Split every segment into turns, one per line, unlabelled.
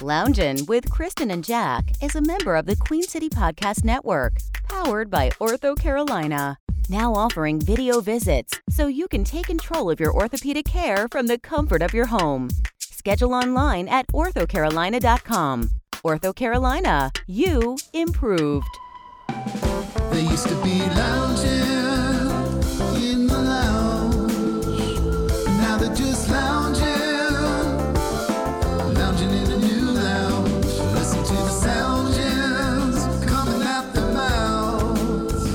Loungin' with Kristen and Jack is a member of the Queen City Podcast Network, powered by Ortho Carolina. Now offering video visits so you can take control of your orthopedic care from the comfort of your home. Schedule online at orthocarolina.com. Ortho Carolina, you improved.
They used to be lounging in the lounge. Now they're just lounging, lounging in a new lounge. Listen to the sound jams coming out their mouths.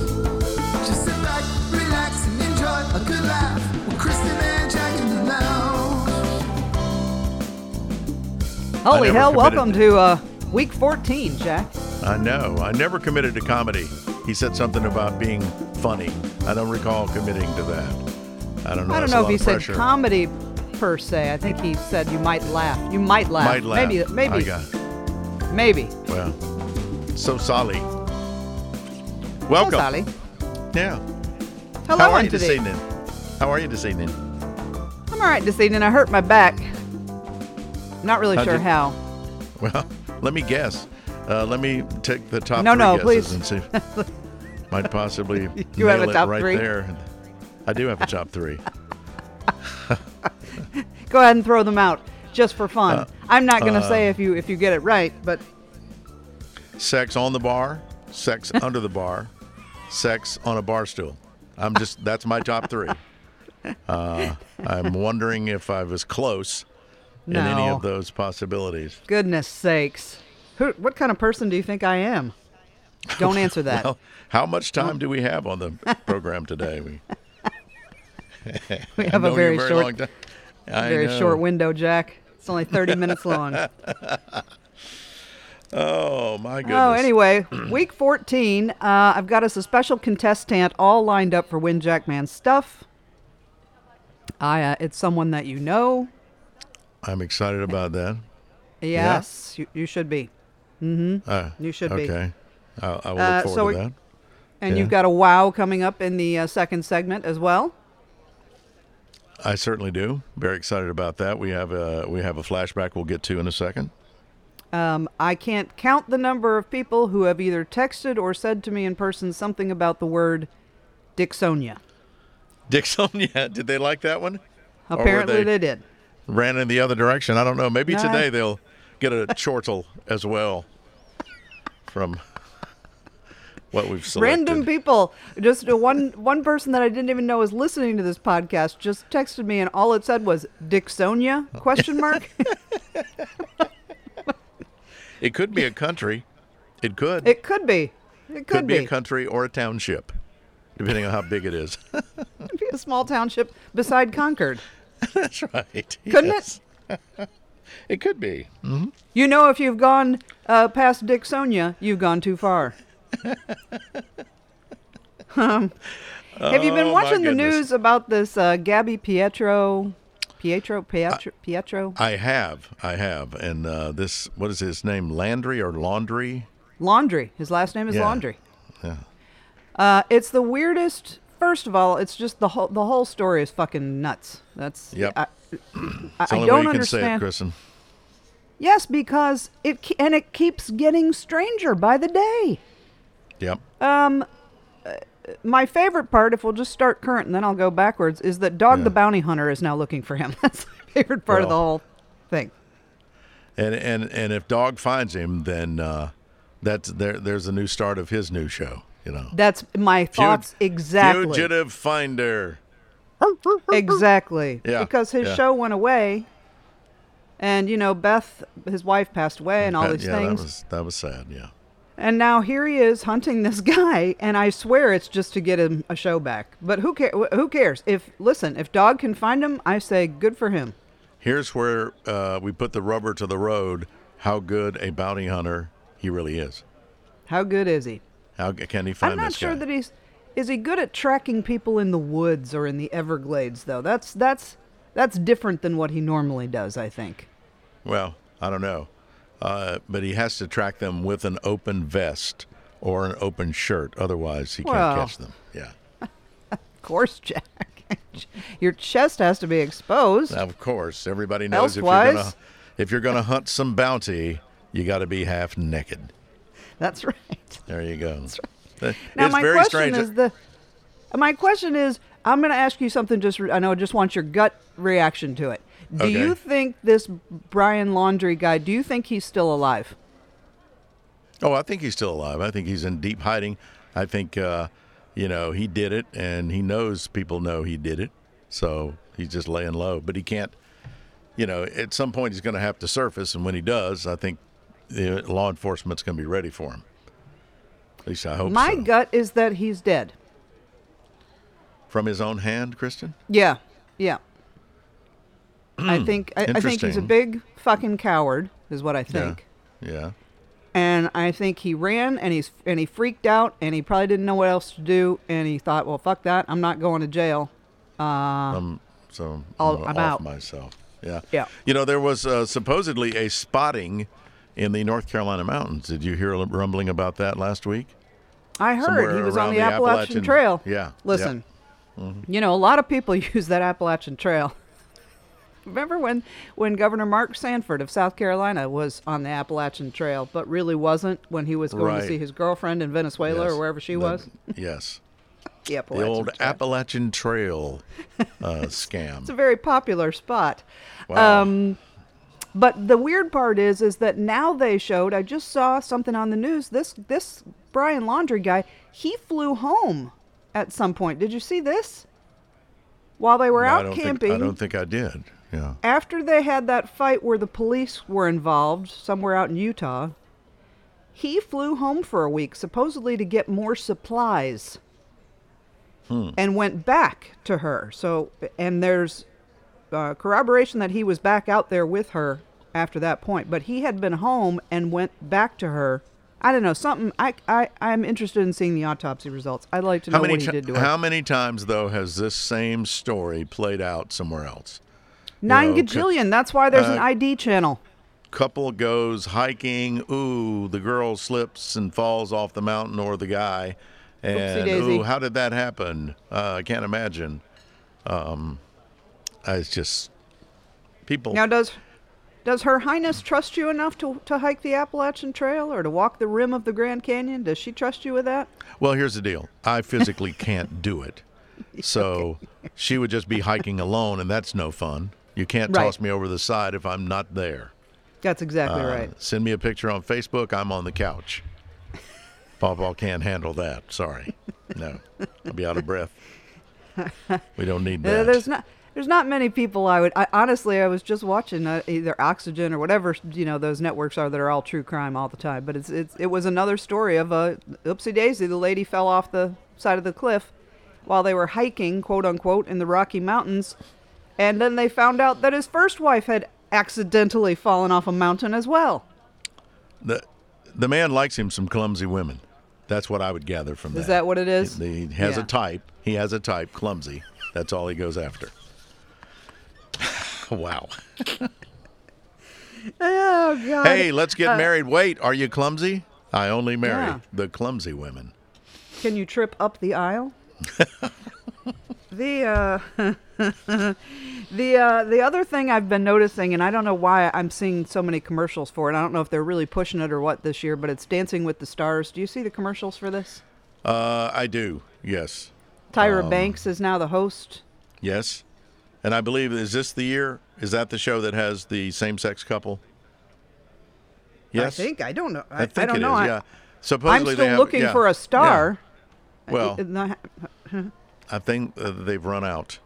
Just sit back, relax, and enjoy a good laugh with Kristen and Jack in the lounge.
Holy
never
hell,
committed
welcome to uh, week 14, Jack.
I know. I never committed to comedy. He said something about being funny. I don't recall committing to that. I don't know.
I don't
That's a
know if
lot
he
of
said
pressure.
comedy per se. I think he said you might laugh. You might laugh.
Might laugh.
Maybe,
I
maybe,
got it.
maybe.
Well, so Solly.
Hello,
Welcome.
Sally.
Yeah.
Hello,
How are
and
you this
today-
evening? How are you this evening?
I'm all right this evening. I hurt my back. I'm not really
How'd
sure
you-
how.
Well, let me guess. Uh, let me take the top
No,
three
no,
guesses
please.
and see. if- might possibly
You have
nail
a
it
top
right
three?
there. I do have a top three.
Go ahead and throw them out just for fun.
Uh,
I'm not going to say if you if you get it right, but
sex on the bar, sex under the bar, sex on a bar stool. I'm just that's my top three. Uh, I'm wondering if I was close in any
No.
of those possibilities.
goodness sakes. Who, what kind of person do you think I am? Don't answer that.
Well, how much time do we have on the program today? We
we have a
known you
very, short
long time. I
very
know.
short window, Jack. It's only 30 minutes long.
Oh my goodness!
Oh, anyway, week 14, uh, I've got us a special contestant all lined up for Win Jackman stuff. I, uh, it's someone that you know.
I'm excited about that.
Yes, you, you should be. Mm-hmm.
Uh,
You should be.
okay. I, I will look
Uh,
forward
so
to
we-
that.
And
Yeah.
you've got a wow coming up in the uh, second segment as well.
I certainly do. Very excited about that. We have a we have a flashback we'll get to in a second.
Um, I can't count the number of people who have either texted or said to me in person something about the word Dixonia.
Dixon, yeah. Did they like that one? Or were
Apparently, they did.
ran in the other direction. I don't know. Maybe
No, I-
today they'll get a chortle as well from what we've selected.
random people just uh, one one person that i didn't even know was listening to this podcast just texted me and all it said was dixonia question mark
It could be a country. It could.
it could be it could,
could be. a country or a township, depending on how big it is.
Could be a small township beside concord
That's right.
Couldn't it?
it? It could be.
you know if you've gone uh, past dixonia you've gone too far um, have you
Oh,
been
my
watching the
goodness.
news about this uh, gabby pietro pietro pietro pietro
I have. I have. And uh, this, what is his name? Landry or Laundry?
Laundry. His last name is
Yeah.
Laundry.
Yeah.
Uh, it's the weirdest. First of all, it's just the whole the whole story is fucking nuts. That's
Yep.
I, I,
It's
I
the only
don't
way you can
understand.
say it, Kristen.
Yes, because it ke- and it keeps getting stranger by the day.
Yep.
My favorite part, if we'll just start current and then I'll go backwards, is that Dog
Yeah.
the Bounty Hunter is now looking for him. That's my favorite part of the
Well.
whole thing.
And and and if Dog finds him, then uh, that's there. There's a new start of his new show. You know,
That's my
Fug-
thoughts exactly.
Fugitive Finder.
Exactly.
Yeah,
Because his
yeah.
show went away. And, you know, Beth, his wife, passed away and all these
yeah,
things.
that was that was sad. Yeah,
And now here he is hunting this guy. And I swear it's just to get him a show back. But who, care, who cares? If, listen, if Dog can find him, I say good for him.
here's where uh, we put the rubber to the road. How good a bounty hunter he really is.
How good is he?
How g- can he find
I'm not
this
sure
guy?
that he's. Is he good at tracking people in the woods or in the Everglades, though? That's that's that's different than what he normally does, I think.
well, I don't know, uh, but he has to track them with an open vest or an open shirt. Otherwise, he
Well.
can't catch them. Yeah,
Of course, Jack. Your chest has to be exposed.
Now, of course, everybody knows if you're
Elsewise-
gonna if you're going to hunt some bounty, you got to be half naked.
That's right.
There you go. Uh,
Now,
it's
my
very
question
strange.
is the. My question is, I'm going to ask you something. Just re- I know I just want your gut reaction to it. Do
Okay.
you think this Brian Laundry guy? Do you think he's still alive?
Oh, I think he's still alive. I think he's in deep hiding. I think, uh, you know, he did it, and he knows people know he did it, so he's just laying low. But he can't, you know, at some point he's going to have to surface, and when he does, I think the law enforcement's going to be ready for him. At least I hope
My
so.
gut is that he's dead.
From his own hand, Kristen.
Yeah, yeah. I think I, I think he's a
Hmm. Interesting.
big fucking coward, is what I think.
Yeah.
and I think he ran and he's and he freaked out and he probably didn't know what else to do and he thought, well, fuck that, I'm not going to jail.
um, so
all
I'm off
about.
myself. Yeah.
Yeah.
You know, there was uh, supposedly a spotting in the North Carolina mountains. Did you hear a rumbling about that last week?
I heard he
Somewhere
was on
around
the,
the
Appalachian,
Appalachian-
Trail.
yeah, Mm-hmm.
Listen, you know, a lot of people use that Appalachian Trail. Remember when when Governor Mark Sanford of South Carolina was on the Appalachian Trail, but really wasn't when he was going
Right.
to see his girlfriend in Venezuela
Yes.
or wherever she
The-
was.
Yes.
The
The
Appalachian
old
Trail.
Appalachian Trail uh, scam.
It's a very popular spot.
Wow.
Um, but the weird part is, is that now they showed. I just saw something on the news. This this Brian Laundry guy, he flew home at some point. Did you see this? While they were
No, I
out
don't
camping,
Think, I don't think I did. Yeah.
after they had that fight where the police were involved somewhere out in Utah, he flew home for a week, supposedly to get more supplies,
Hmm.
and went back to her. So, and there's uh, corroboration that he was back out there with her after that point, but he had been home and went back to her. I don't know something. I I I'm interested in seeing the autopsy results. I'd like to know
How many,
what he
ti-
did to her.
how many times, though, has this same story played out somewhere else?
Nine
know, could-
gajillion. That's why there's an
uh,
ID channel.
couple goes hiking. Ooh, the girl slips and falls off the mountain, or the guy. And
Oopsie-daisy.
ooh, how did that happen? Uh, I can't imagine. Um, it's just people.
Now, does does Her Highness trust you enough to, to hike the Appalachian Trail or to walk the rim of the Grand Canyon? Does she trust you with that?
well, here's the deal. I physically can't do it, so she would just be hiking alone, and that's no fun. You can't
Right.
toss me over the side if I'm not there.
That's exactly
Uh,
right.
Send me a picture on Facebook. I'm on the couch. Pawpaw can't handle that. Sorry. No. I'll be out of breath. We don't need
Uh,
that.
There's not there's not many people I would I, honestly I was just watching uh, either Oxygen or whatever you know those networks are that are all true crime all the time. But it's, it's it was another story of a oopsie daisy. The lady fell off the side of the cliff while they were hiking, quote unquote, in the Rocky Mountains, and then they found out that his first wife had accidentally fallen off a mountain as well.
the, the man likes him some clumsy women. That's what I would gather from that.
Is that what it is?
He, he has
Yeah.
a type. He has a type, clumsy. That's all he goes after. wow.
Oh God.
Hey, let's get married. Wait, are you clumsy? I only marry
Yeah.
the clumsy women.
Can you trip up the aisle? the uh, the uh, the other thing I've been noticing, and I don't know why I'm seeing so many commercials for it. I don't know if they're really pushing it or what this year, but it's Dancing with the Stars. Do you see the commercials for this?
Uh, I do. Yes. Um,
Tyra Banks is now the host.
Yes. And I believe is this the year? Is that the show that has the same-sex couple? Yes.
I think I don't know. I,
I
I
think
don't
it
know.
is,
I,
yeah.
I'm
Supposedly they
still
have-
looking
yeah,
for
yeah.
a star.
Well,
It- not-
I think uh, they've run out.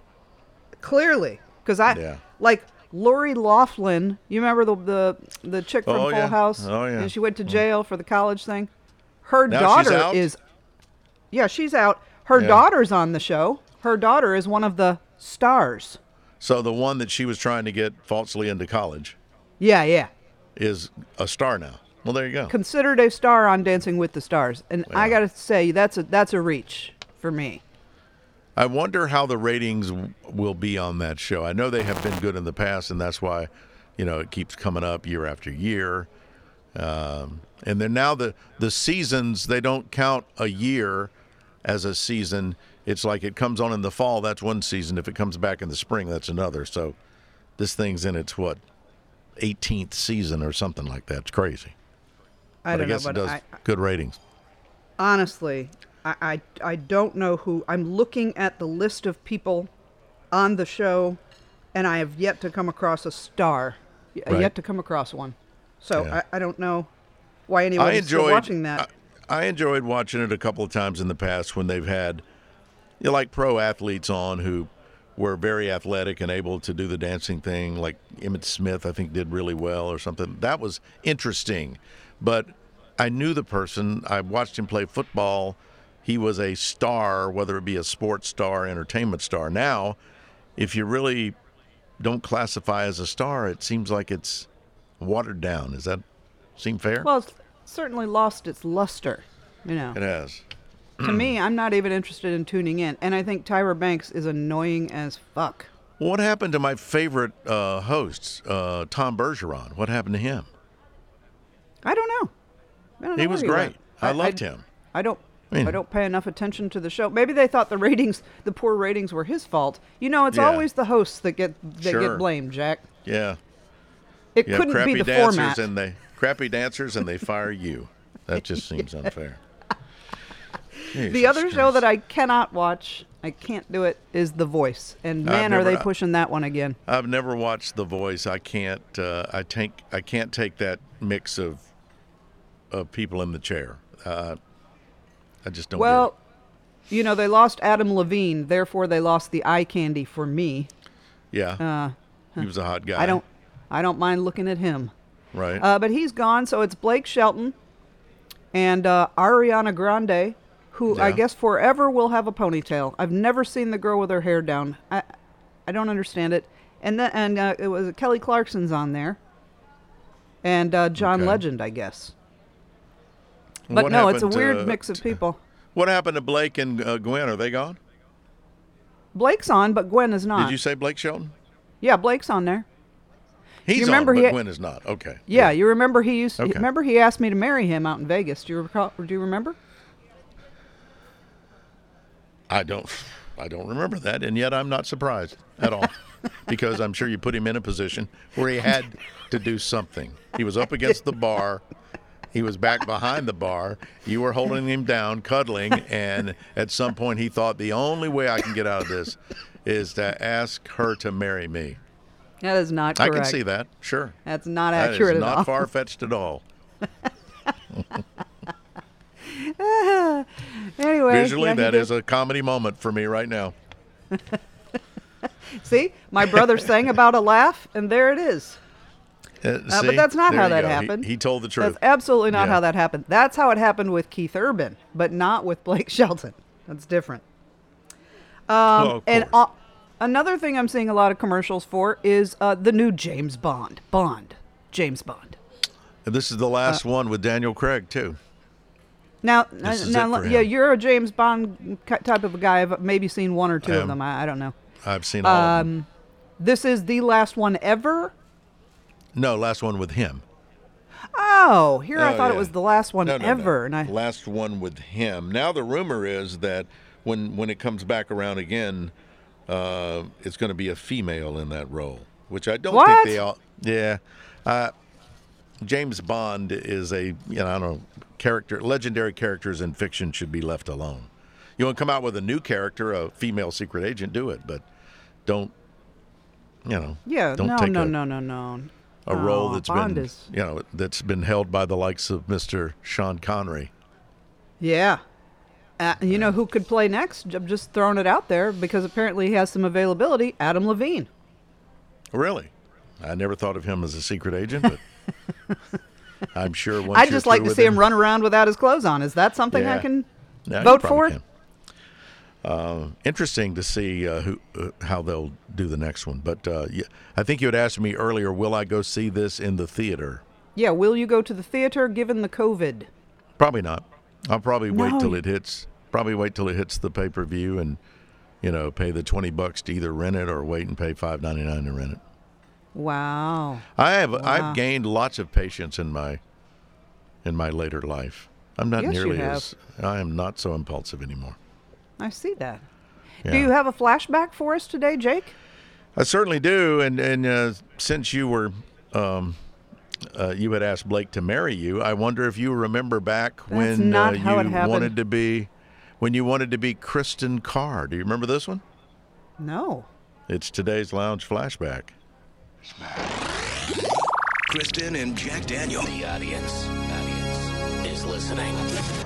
clearly because I
Yeah.
like Lori Laughlin. You remember the the, the chick from
Oh,
Full
yeah.
House?
Oh, yeah.
And she went to jail for the college thing. Her
Now she's
daughter
out?
is. Yeah, she's out. Her
Yeah.
daughter's on the show. Her daughter is one of the stars.
So the one that she was trying to get falsely into college
Yeah, yeah.
is a star now. Well, there you go.
Considered a star on Dancing with the Stars, and I
Yeah.
gotta say that's a that's a reach for me.
I wonder how the ratings w- will be on that show. I know they have been good in the past, and that's why, you know, it keeps coming up year after year. Um, and then now the the seasons they don't count a year as a season. It's like it comes on in the fall, that's one season. If it comes back in the spring, that's another. So this thing's in its what 18th season or something like that. It's crazy.
I
but I
don't
guess
know,
it
but
does
I,
good ratings.
honestly, I, I, I don't know who. I'm looking at the list of people on the show, and I have yet to come across a star. Y-
Right.
Yet to come across one. So
Yeah.
I, I don't know why
I
anyone's still
enjoyed uh,
watching that.
I, I enjoyed watching it a couple of times in the past when they've had, you know, like pro athletes on who were very athletic and able to do the dancing thing. Like Emmett Smith, I think, did really well or something. That was interesting, but I knew the person. I watched him play football. He was a star, whether it be a sports star, entertainment star. Now, if you really don't classify as a star, it seems like it's watered down. Does that seem fair?
well, it's certainly lost its luster. You know,
It has.
to
Mm.
me, I'm not even interested in tuning in, and I think Tyra Banks is annoying as fuck.
What happened to my favorite uh, host, uh, Tom Bergeron? What happened to him?
I don't know. I don't know
He
where
was
went.
great. I loved him.
I don't.
I
I,
mean-
don't pay enough attention to the show. Maybe they thought the ratings, the poor ratings, were his fault. You know, it's
Yeah.
always the hosts that get that
Sure.
get blamed, Jack.
Yeah,
It
you have
couldn't
crappy
be the
dancers
format.
and they crappy dancers and they fire you. That just seems unfair. Jesus
the other show
Christ.
that I cannot watch, I can't do it, is The Voice. And man, are
never-
they
I-
pushing that one again?
I've never watched The Voice. I can't. Uh, I take. I can't take that mix of of people in the chair. Uh, I just don't. get
Well,
it.
you know, they lost Adam Levine, therefore they lost the eye candy for me.
yeah, he was a hot guy.
uh, I don't, I don't mind looking at him.
Right.
Uh, but he's gone, so it's Blake Shelton and uh, Ariana Grande, who I
Yeah.
guess forever will have a ponytail. I've never seen the girl with her hair down. I, I don't understand it. And then and uh, it was Kelly Clarkson's on there, and uh, John
Okay.
Legend, I guess.
What
But no, it's a
happened to-
weird mix of people.
What happened to Blake and uh, Gwen? Are they gone?
Blake's on, but Gwen is not.
Did you say Blake Shelton?
yeah, Blake's on there.
He's
remember
on,
he
but
had-
Gwen is not. Okay.
Yeah, you remember he used.
Okay.
Remember he asked me to marry him out in Vegas. Do you recall? Do you remember?
I don't. I don't remember that, and yet I'm not surprised at all, because I'm sure you put him in a position where he had to do something. He was up against the bar. He was back behind the bar. You were holding him down, cuddling, and at some point he thought the only way I can get out of this is to ask her to marry me.
That is not
I
correct.
can see that. Sure.
That's not
That is
accurate at all.
not far fetched at all.
Anyway,
Visually,
yeah, he
that
did.
is a comedy moment for me right now.
See, my brother sang about a laugh, and there it is.
Uh,
Uh,
see?
but that's not
There
how
you
that
go. He-
happened.
He, told the truth.
That's absolutely not
Yeah.
how that happened. That's how it happened with Keith Urban, but not with Blake Shelton. That's different.
Well, of
And
course.
uh, another thing I'm seeing a lot of commercials for is uh, the new James Bond. Bond. James Bond.
And this is the last
Uh,
one with Daniel Craig too.
Now,
This is
now,
it for
yeah,
him.
you're a James Bond ki- type of a guy. I've maybe seen one or two
am.
of them. I, I don't know.
I've seen all. of
um,
them.
This is the last one ever.
No, last one with him.
Oh, here I
Oh,
thought
yeah.
it was the last one
No, no, no.
ever, and I
last one with him. Now the rumor is that when when it comes back around again, uh, it's going to be a female in that role, which I don't
What?
think they all. Yeah, uh, James Bond is a you know I don't know character. Legendary characters in fiction should be left alone. You want to come out with a new character, a female secret agent, do it, but don't. You know,
Yeah,
don't
no,
take
no,
a,
no, no, no.
a
No,
role that's
Bond
been
is-
you know that's been held by the likes of Mr. Sean Connery.
Yeah. Uh, you know who could play next? I'm just throwing it out there because apparently he has some availability. Adam Levine.
Really, I never thought of him as a secret agent, but I'm sure once
I'd
you're
just like
through
to
with
see him run around without his clothes on. Is that something I
Yeah.
can
No, you
vote for?
probably can. Um, interesting to see uh, who uh, how they'll do the next one. But uh, yeah, I think you had asked me earlier, will I go see this in the theater?
Yeah, will you go to the theater given the COVID?
Probably not. I'll probably wait
No.
till it hits. Probably wait till it hits the pay per view and you know pay the twenty bucks to either rent it or wait and pay five ninety nine to rent it.
Wow.
I have I've gained lots of patience in my in my later life. I'm not
Yes, you
nearly
have.
as I am not so impulsive anymore.
I see that. Do
Yeah.
you have a flashback for us today, Jake?
I certainly do, and and uh, since you were uh, you had asked Blake to marry you. I wonder if you remember back
That's
when
not
uh,
how it
you
happened.
wanted to be, when you wanted to be Kristen Carr. Do you remember this one?
No.
It's today's lounge flashback.
Kristen and Jack Daniel.
The audience, audience is listening.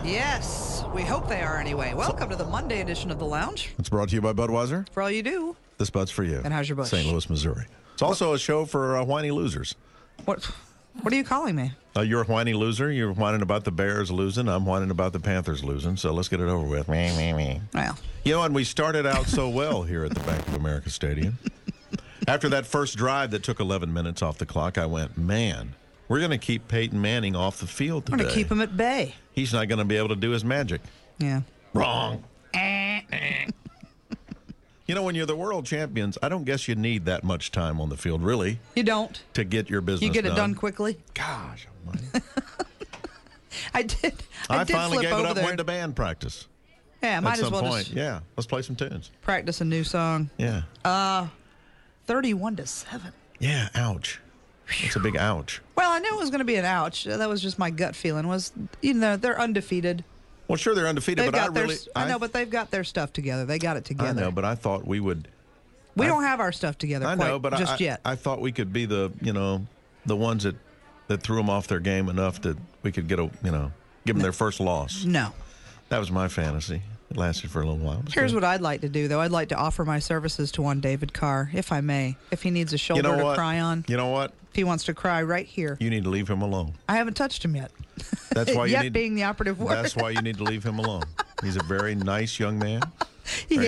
Yes, we hope they are anyway. Welcome to the Monday edition of The Lounge.
It's brought to you by Budweiser.
For all you do,
This bud's for you.
And how's your Bud?
St. Louis, Missouri. It's also a show for uh, whiny losers.
what what are you calling me?
Uh, you're a whiny loser. You're whining about the Bears losing. I'm whining about the Panthers losing. So let's get it over with. Meh, meh, meh.
Well,
You know, and we started out so well here at the Bank of America Stadium. After that first drive that took 11 minutes off the clock, I went, man, we're going to keep Peyton Manning off the field
we're
today.
going to keep him at bay.
He's not going to be able to do his magic.
Yeah.
Wrong.
Eh.
you know, when you're the world champions, I don't guess you need that much time on the field, really,
You don't.
to get your business
You get it done quickly.
Gosh, almighty.
I did. I,
I,
did
finally
slip
gave
over
it up
there.
when to band practice.
yeah,
at
might as
some
well
point.
just
Yeah, let's play some tunes.
practice a new song.
Yeah.
Uh, 31 to 7.
yeah, ouch. It's a big ouch.
Well, I knew it was going to be an ouch. That was just my gut feeling was, you know, they're undefeated.
Well, sure, they're undefeated,
They've
but I
got their,
really.
s- I know, but they've got their stuff together. They got it together.
I know, but I thought we would.
we
I-
don't have our stuff together
I
quite
know, but I-
just
I,
yet.
I thought we could be the, you know, the ones that that threw them off their game enough that we could get a, you know, give them their first loss.
no.
That was my fantasy. It lasted for a little while. It was
Here's
good.
what I'd like to do, though. I'd like to offer my services to one David Carr, if I may, if he needs a shoulder
you know
to
what?
cry on,
You know what?
if he wants to cry right here.
You need to leave him alone.
I haven't touched him yet.
That's why you
yet
need.
being the operative word.
that's why you need to leave him alone. He's a very nice young man. very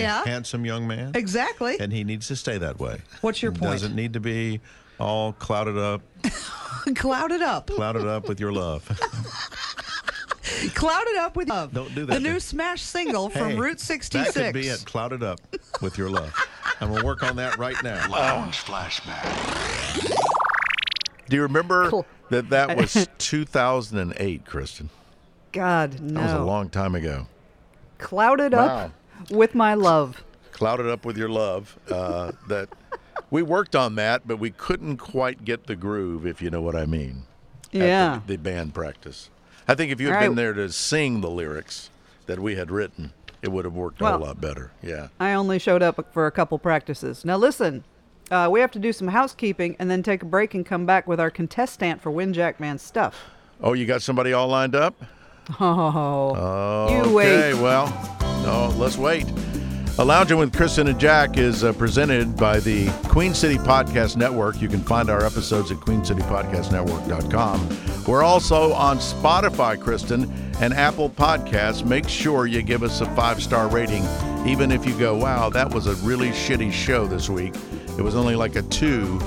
yeah,
Handsome young man.
exactly.
And he needs to stay that way.
What's your
He
point?
Doesn't need to be all clouded up,
Clouded up.
clouded up with your love.
Clouded up with love.
Don't do that
The
to-
new Smash single from
Hey,
Route 66.
That could be it. Clouded up with your love. I'm gonna work on that right now.
Lounge flashback.
Do you remember
Cool.
that that was 2008, Kristen?
God, no.
That was a long time ago.
Clouded up with my love.
Clouded up with your love. Uh, that we worked on that, but we couldn't quite get the groove, if you know what I mean. at the-
Yeah.
the, band practice. I think if you had
All
been
right.
there to sing the lyrics that we had written, it would have worked a whole
Well-
lot better. Yeah.
I only showed up for a couple practices. Now listen, uh, we have to do some housekeeping and then take a break and come back with our contestant for Win Jackman's stuff.
Oh, you got somebody all lined up?
Oh, you
Okay,
wait.
well, no, let's wait. A Lounging with Kristen and Jack is uh, presented by the Queen City Podcast Network. You can find our episodes at queencitypodcastnetwork.com. We're also on Spotify, Kristen, and Apple Podcasts. Make sure you give us a five star rating, even if you go, wow, that was a really shitty show this week. It was only like a two.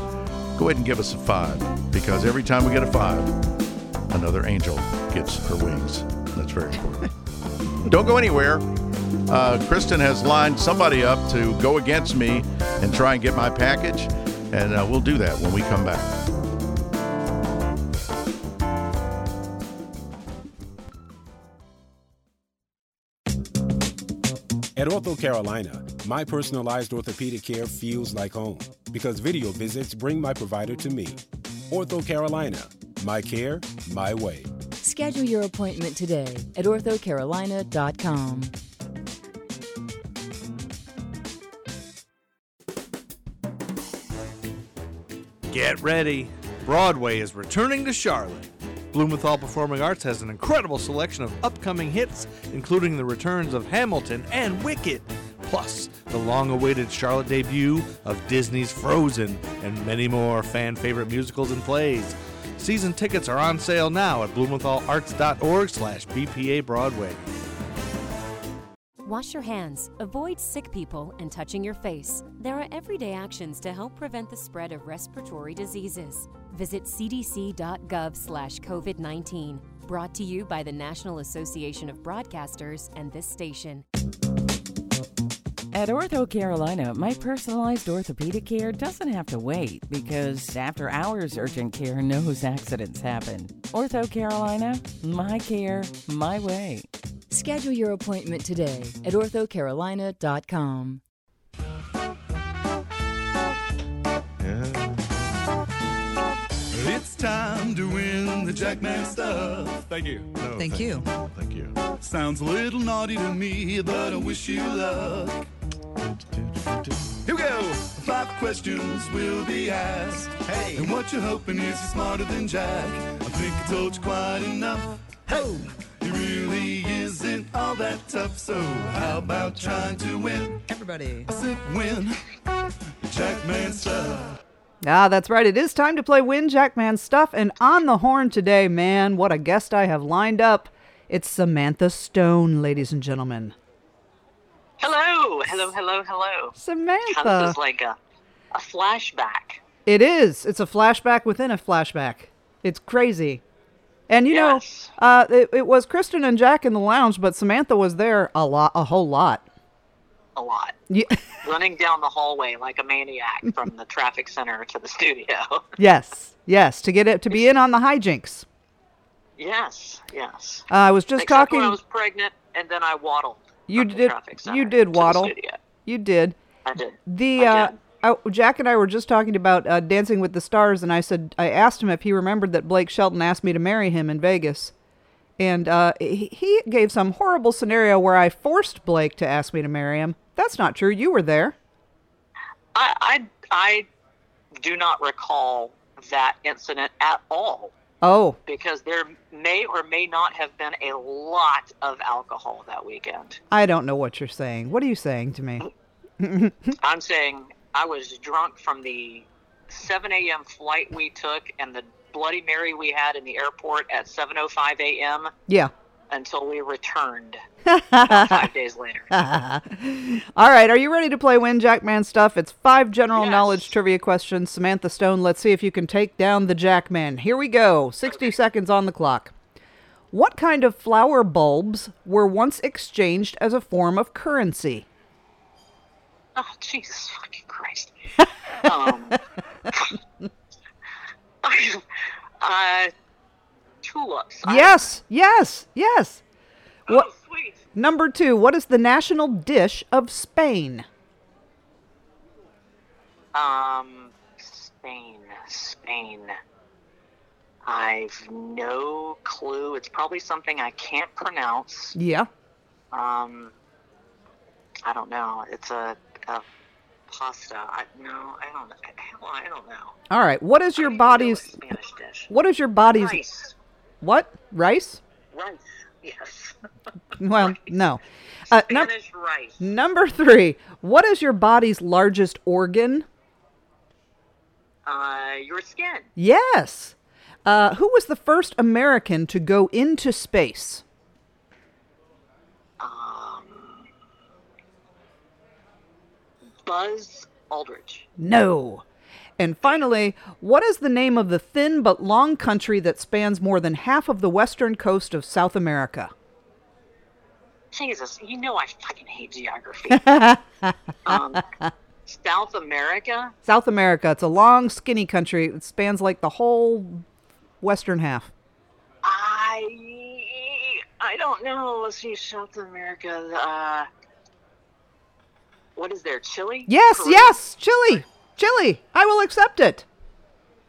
Go ahead and give us a five, because every time we get a five, another angel gets her wings. That's very important. Don't go anywhere. Uh, Kristen has lined somebody up to go against me and try and get my package, and uh, we'll do that when we come back.
At Ortho Carolina, my personalized orthopedic care feels like home because video visits bring my provider to me. Ortho Carolina, my care, my way.
Schedule your appointment today at orthocarolina.com.
Get ready. Broadway is returning to Charlotte. Blumenthal Performing Arts has an incredible selection of upcoming hits, including the returns of Hamilton and Wicked, plus the long awaited Charlotte debut of Disney's Frozen, and many more fan favorite musicals and plays. Season tickets are on sale now at blumenthalarts.org slash BPA Broadway.
Wash your hands, avoid sick people, and touching your face. There are everyday actions to help prevent the spread of respiratory diseases. Visit cdc.gov slash COVID 19. Brought to you by the National Association of Broadcasters and this station.
At Ortho Carolina, my personalized orthopedic care doesn't have to wait because after hours urgent care knows accidents happen. Ortho Carolina, my care, my way. Schedule your appointment today at orthocarolina.com.
Yeah.
time to win the Jackman stuff.
Thank you.
Thank thank you. you.
Thank you.
Sounds a little naughty to me, but I wish you luck. Here we go. Five questions will be asked. Hey. And what you're hoping is you're smarter than Jack. I think I told you quite enough. Ho! It really isn't all that tough, so how about trying to win?
Everybody.
I said win. Jackman stuff.
Ah, that's right. It is time to play Win Jackman stuff. And on the horn today, man, what a guest I have lined up. It's Samantha Stone, ladies and gentlemen.
Hello, hello, hello, hello.
Samantha.
God, this is like a, a flashback.
It is. It's a flashback within a flashback. It's crazy. And you know, uh, it, it was Kristen and Jack in the lounge, but Samantha was there a lot, a whole lot.
A lot.
Yeah.
Running down the hallway like a maniac from the traffic center to the studio.
yes, yes, to get it to be in on the hijinks.
yes, yes.
Uh, I was just
Except
talking.
when I was pregnant, and then I waddled.
you did.
traffic
You
center
did
to the
waddle.
studio.
You did.
I did.
The uh, I- Jack and I were just talking about uh, Dancing with the Stars, and I said I asked him if he remembered that Blake Shelton asked me to marry him in Vegas, and uh, he, he gave some horrible scenario where I forced Blake to ask me to marry him. That's not true. You were there.
I, I, I do not recall that incident at all
Oh,
because there may or may not have been a lot of alcohol that weekend.
I don't know what you're saying. What are you saying to
Uh,
me?
I'm saying I was drunk from the 7 a.m. flight we took and the Bloody Mary we had in the airport at 7:05 a.m.
yeah.
until we returned.
Five
days later.
All right, are you ready to play Win Jackman stuff? It's five general knowledge trivia questions. Samantha Stone, let's see if you can take down the Jackman. Here we go. 60 seconds on the clock. What kind of flower bulbs were once exchanged as a form of currency?
Oh Jesus fucking Christ! Um, uh, tulips. I-
Yes, yes, yes. What, Number two, what is the national dish of Spain?
Um, Spain, Spain. I've no clue. It's probably something I can't pronounce.
Yeah.
Um, I don't know. It's a, a pasta. I, no, I don't. Hell, I don't know.
All right, what is your body's
Spanish dish.
What is your body's
Rice.
What? Rice?
Rice. Yes.
Well, no. Uh, num-
Spanish rice.
Number three. What is your body's largest organ?
Uh, your skin.
Yes. Uh, who was the first American to go into space?
Um, Buzz Aldrich.
No. And finally, what is the name of the thin but long country that spans more than half of the western coast of South America?
Jesus, you know I fucking hate geography. um,
South
South America.
America. It's a long, skinny country. It spans like the whole western half.
I I don't know. Let's see, South America. Uh, what is there? Chile.
Yes,
Peru?
yes, Chili, Chili. I will accept it.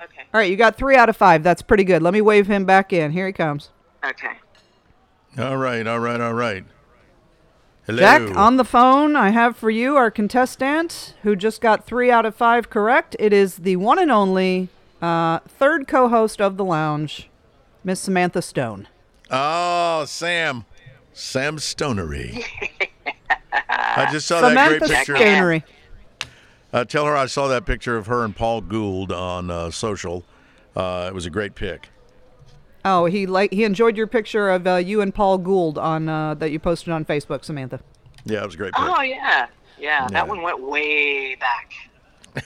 Okay.
All right, you got three out of five. That's pretty good. Let me wave him back in. Here he comes.
Okay.
All right, all right, all right. Hello.
Jack, on the phone, I have for you our contestant who just got three out of five correct. It is the one and only uh, third co host of The Lounge, Miss Samantha Stone.
Oh, Sam. Sam Stonery. I just saw
Samantha
that great picture.
Stonery.
Uh, tell her I saw that picture of her and Paul Gould on uh, social. Uh, it was a great pic.
Oh, he like he enjoyed your picture of uh, you and Paul Gould on uh, that you posted on Facebook, Samantha.
Yeah, it was a great pic.
Oh yeah. yeah,
Yeah.
That one went way back.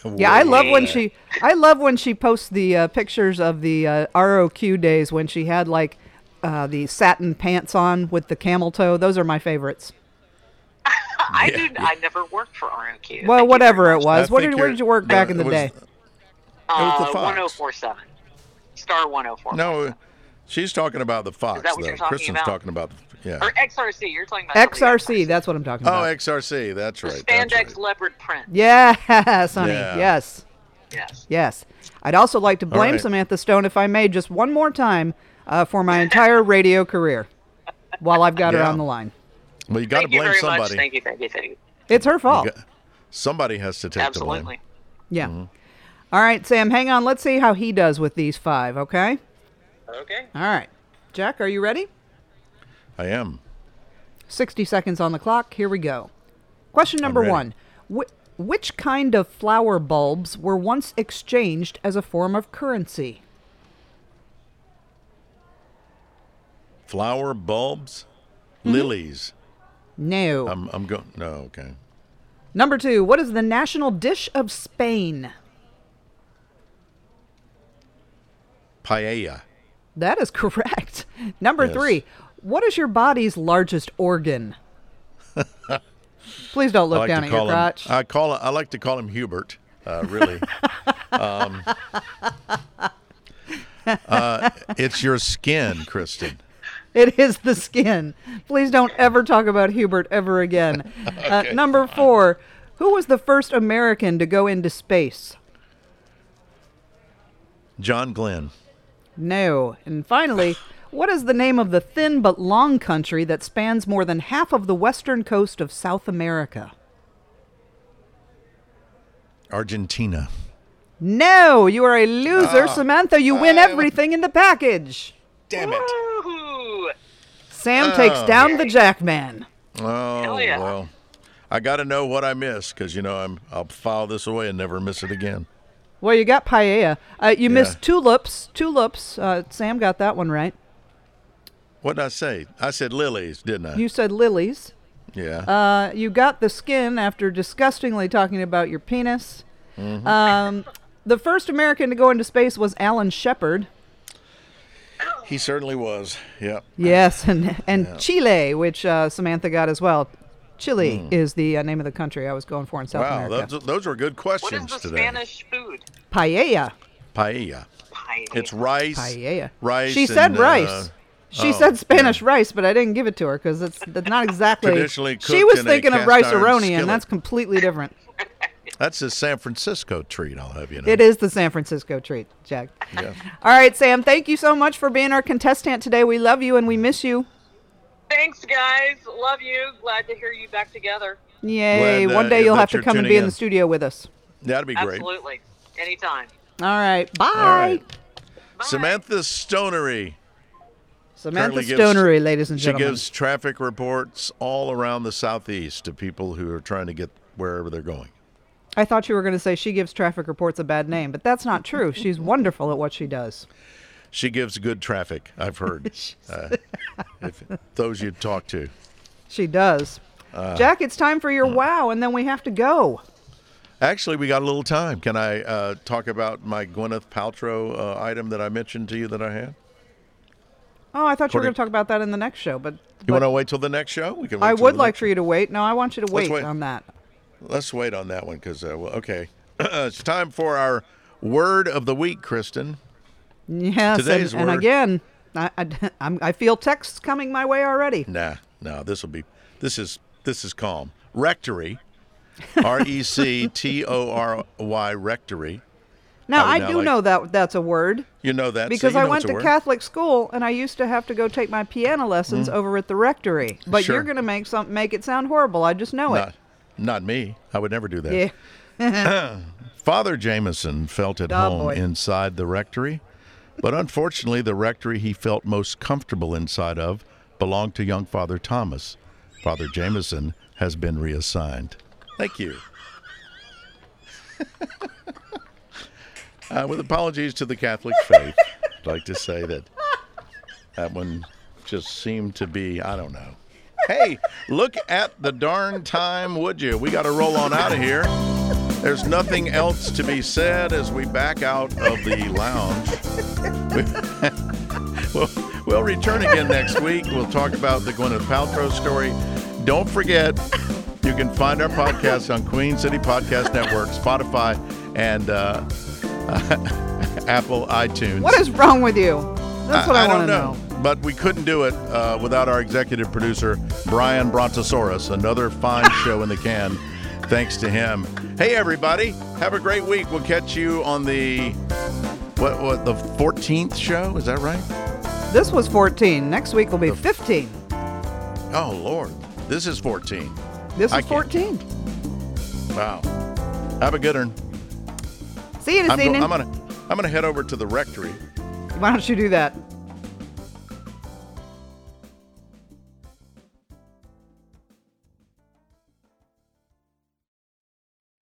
Yeah, I love when
Way
she I love when she posts the uh, pictures of the uh, ROQ days when she had like uh, the satin pants on with the camel toe. Those are my favorites.
I did. I never worked for ROQ.
Well,
Thank you
whatever
very
it
much.
was. What did, where did you work back in the day?
was the
Uh,
Fox.
1047. Star 104.
No, uh, she's talking about the Fox.
that what
though.
you're talking
Kristen's
about?
talking about the yeah.
Or XRC. You're talking about something else.
XRC. That's what I'm talking
Oh,
about.
XRC. That's right.
Spandex leopard print.
yes, honey.
Yeah.
Yes.
Yes.
Yes. I'd also like to
All
blame
right.
Samantha Stone, if I may, just one more time uh, for my entire radio career while I've got her
Yeah.
on the line.
Well, you got to
Thank you
blame
very much.
somebody.
Thank you. Thank you. Thank you.
It's her fault.
You got- Mm-hmm. somebody has to take the blame.
Absolutely.
Yeah. All right, Sam, hang on. Let's see how he does with these five, okay?
Okay.
All right. Jack, are you ready?
I am.
60 seconds on the clock. Here we go. Question number
ready.
one Wh- Which kind of flower bulbs were once exchanged as a form of currency?
Flower bulbs,
Mm-hmm.
lilies.
No.
I'm, I'm going. No, okay.
Number two, what is the national dish of Spain?
Paella.
That is correct. Number
Yes.
three, what is your body's largest organ? Please don't
I
look
like
down
to
at
call uh,
your crotch.
Him, I call. I like to call him Hubert. Uh, really. um, uh, it's your skin, Kristen.
It is the skin. Please don't ever talk about Hubert ever again. uh,
Okay,
number four, who was the first American to go into space?
John Glenn.
No. And finally, what is the name of the thin but long country that spans more than half of the western coast of South America?
Argentina.
No, you are a loser,
Ah,
Samantha. You win
I-
everything in the package.
Damn it.
Sam takes
Oh.
down the Jackman.
Oh
yeah.
well, I got to know what I missed because you know I'm. I'll file this away and never miss it again.
Well, you got paella. Uh, you missed tulips. Tulips. Uh, Sam got that one right.
What did I say? I said lilies, didn't I?
You said lilies.
yeah.
Uh, you got the skin after disgustingly talking about your penis.
Mhm.
Um, the first American to go into space was Alan Shepard.
he certainly was. Yep.
Yes, and and
Yeah.
Chile, which uh, Samantha got as well. Chile is the uh, name of the country I was going for in South
Hmm. wow,
America.
those, those were good questions today.
Spanish food.
Paella.
Paella. It's rice.
Paella.
Rice.
She said
and,
rice.
uh,
She
oh,
said Spanish rice, but I didn't give it to her because it's that's not exactly.
Traditionally
she
cooked
was
in a
thinking of
cast
rice
iron
aroni,
skillet.
and that's completely different.
That's a San Francisco treat. I'll have you know.
It is the San Francisco treat, Jack.
Yeah.
All right, Sam. Thank you so much for being our contestant today. We love you and we miss you.
Thanks, guys. Love you. Glad to hear you back together.
Yay!
Glad, uh,
One day you'll
that
have to
you're
come and
tuning
be in
in.
the studio with us.
That'd be great.
Absolutely. Anytime.
All right. Bye.
All right. Samantha Stonery.
Samantha
currently
Stonery, ladies and
She
gentlemen.
gives traffic reports all around the southeast to people who are trying to get wherever they're going.
I thought you were going to say she gives traffic reports a bad name, but that's not true. She's wonderful at what she does.
She gives good traffic, I've heard. uh, if, those you talk to.
She does.
Uh,
Jack, it's time for your wow, and then we have to go.
Actually, we got a little time. Can I uh, talk about my Gwyneth Paltrow uh, item that I mentioned to you that I had?
Oh, I thought you were going
According-
to talk about that in the next show, but,
You want
but
to wait till the next show? We can. Wait
I
till
would
the
like for you to wait. No, I want you to
Let's
wait,
wait.
on that.
Let's wait on that one because uh, well, okay, it's time for our word of the week, Kristen.
Yes,
Today's
and, and
word-
again, I, I, am I feel texts coming my way already.
Nah, no, this will be. This is this is calm. Rectory, R E C T O R Y rectory.
Now, I,
would Oh, now
do
like-
know that that's a word
You know that so
because
you
I
know
went
it's a
to
word.
Catholic school and I used to have to go take my piano lessons
Mm.
over at the rectory. But
Sure.
you're going to make some make it sound horrible. I just know
Not, not me. I would never do that.
it. Yeah.
Father Jameson felt at
Oh,
home
boy.
inside the rectory, but unfortunately, the rectory he felt most comfortable inside of belonged to young Father Thomas. Father Jameson has been reassigned. Thank you. Uh, with apologies to the Catholic faith, I'd like to say that that one just seemed to be, I don't know. Hey, look at the darn time, would you? We got to roll on out of here. There's nothing else to be said as we back out of the lounge. We- we'll, we'll return again next week. We'll talk about the Gwyneth Paltrow story. Don't forget, you can find our podcast on Queen City Podcast Network, Spotify, and uh, Apple iTunes.
what is wrong with you? That's what I, want
don't
to
know. But we couldn't do it uh, without our executive producer, Brian Brontosaurus. Another fine show in the can. Thanks to him. Hey, everybody, have a great week. We'll catch you on the what? What the 14th show? Is that right?
This was 14. Next week will be 15.
Oh Lord, this is 14.
This
I
is
can't-
14.
Wow. Have a good one.
See you this
I'm, go-
evening.
I'm gonna I'm gonna head over to the rectory.
Why don't you do that?